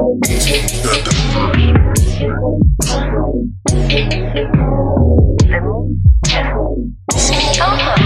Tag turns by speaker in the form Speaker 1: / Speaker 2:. Speaker 1: The moon just over.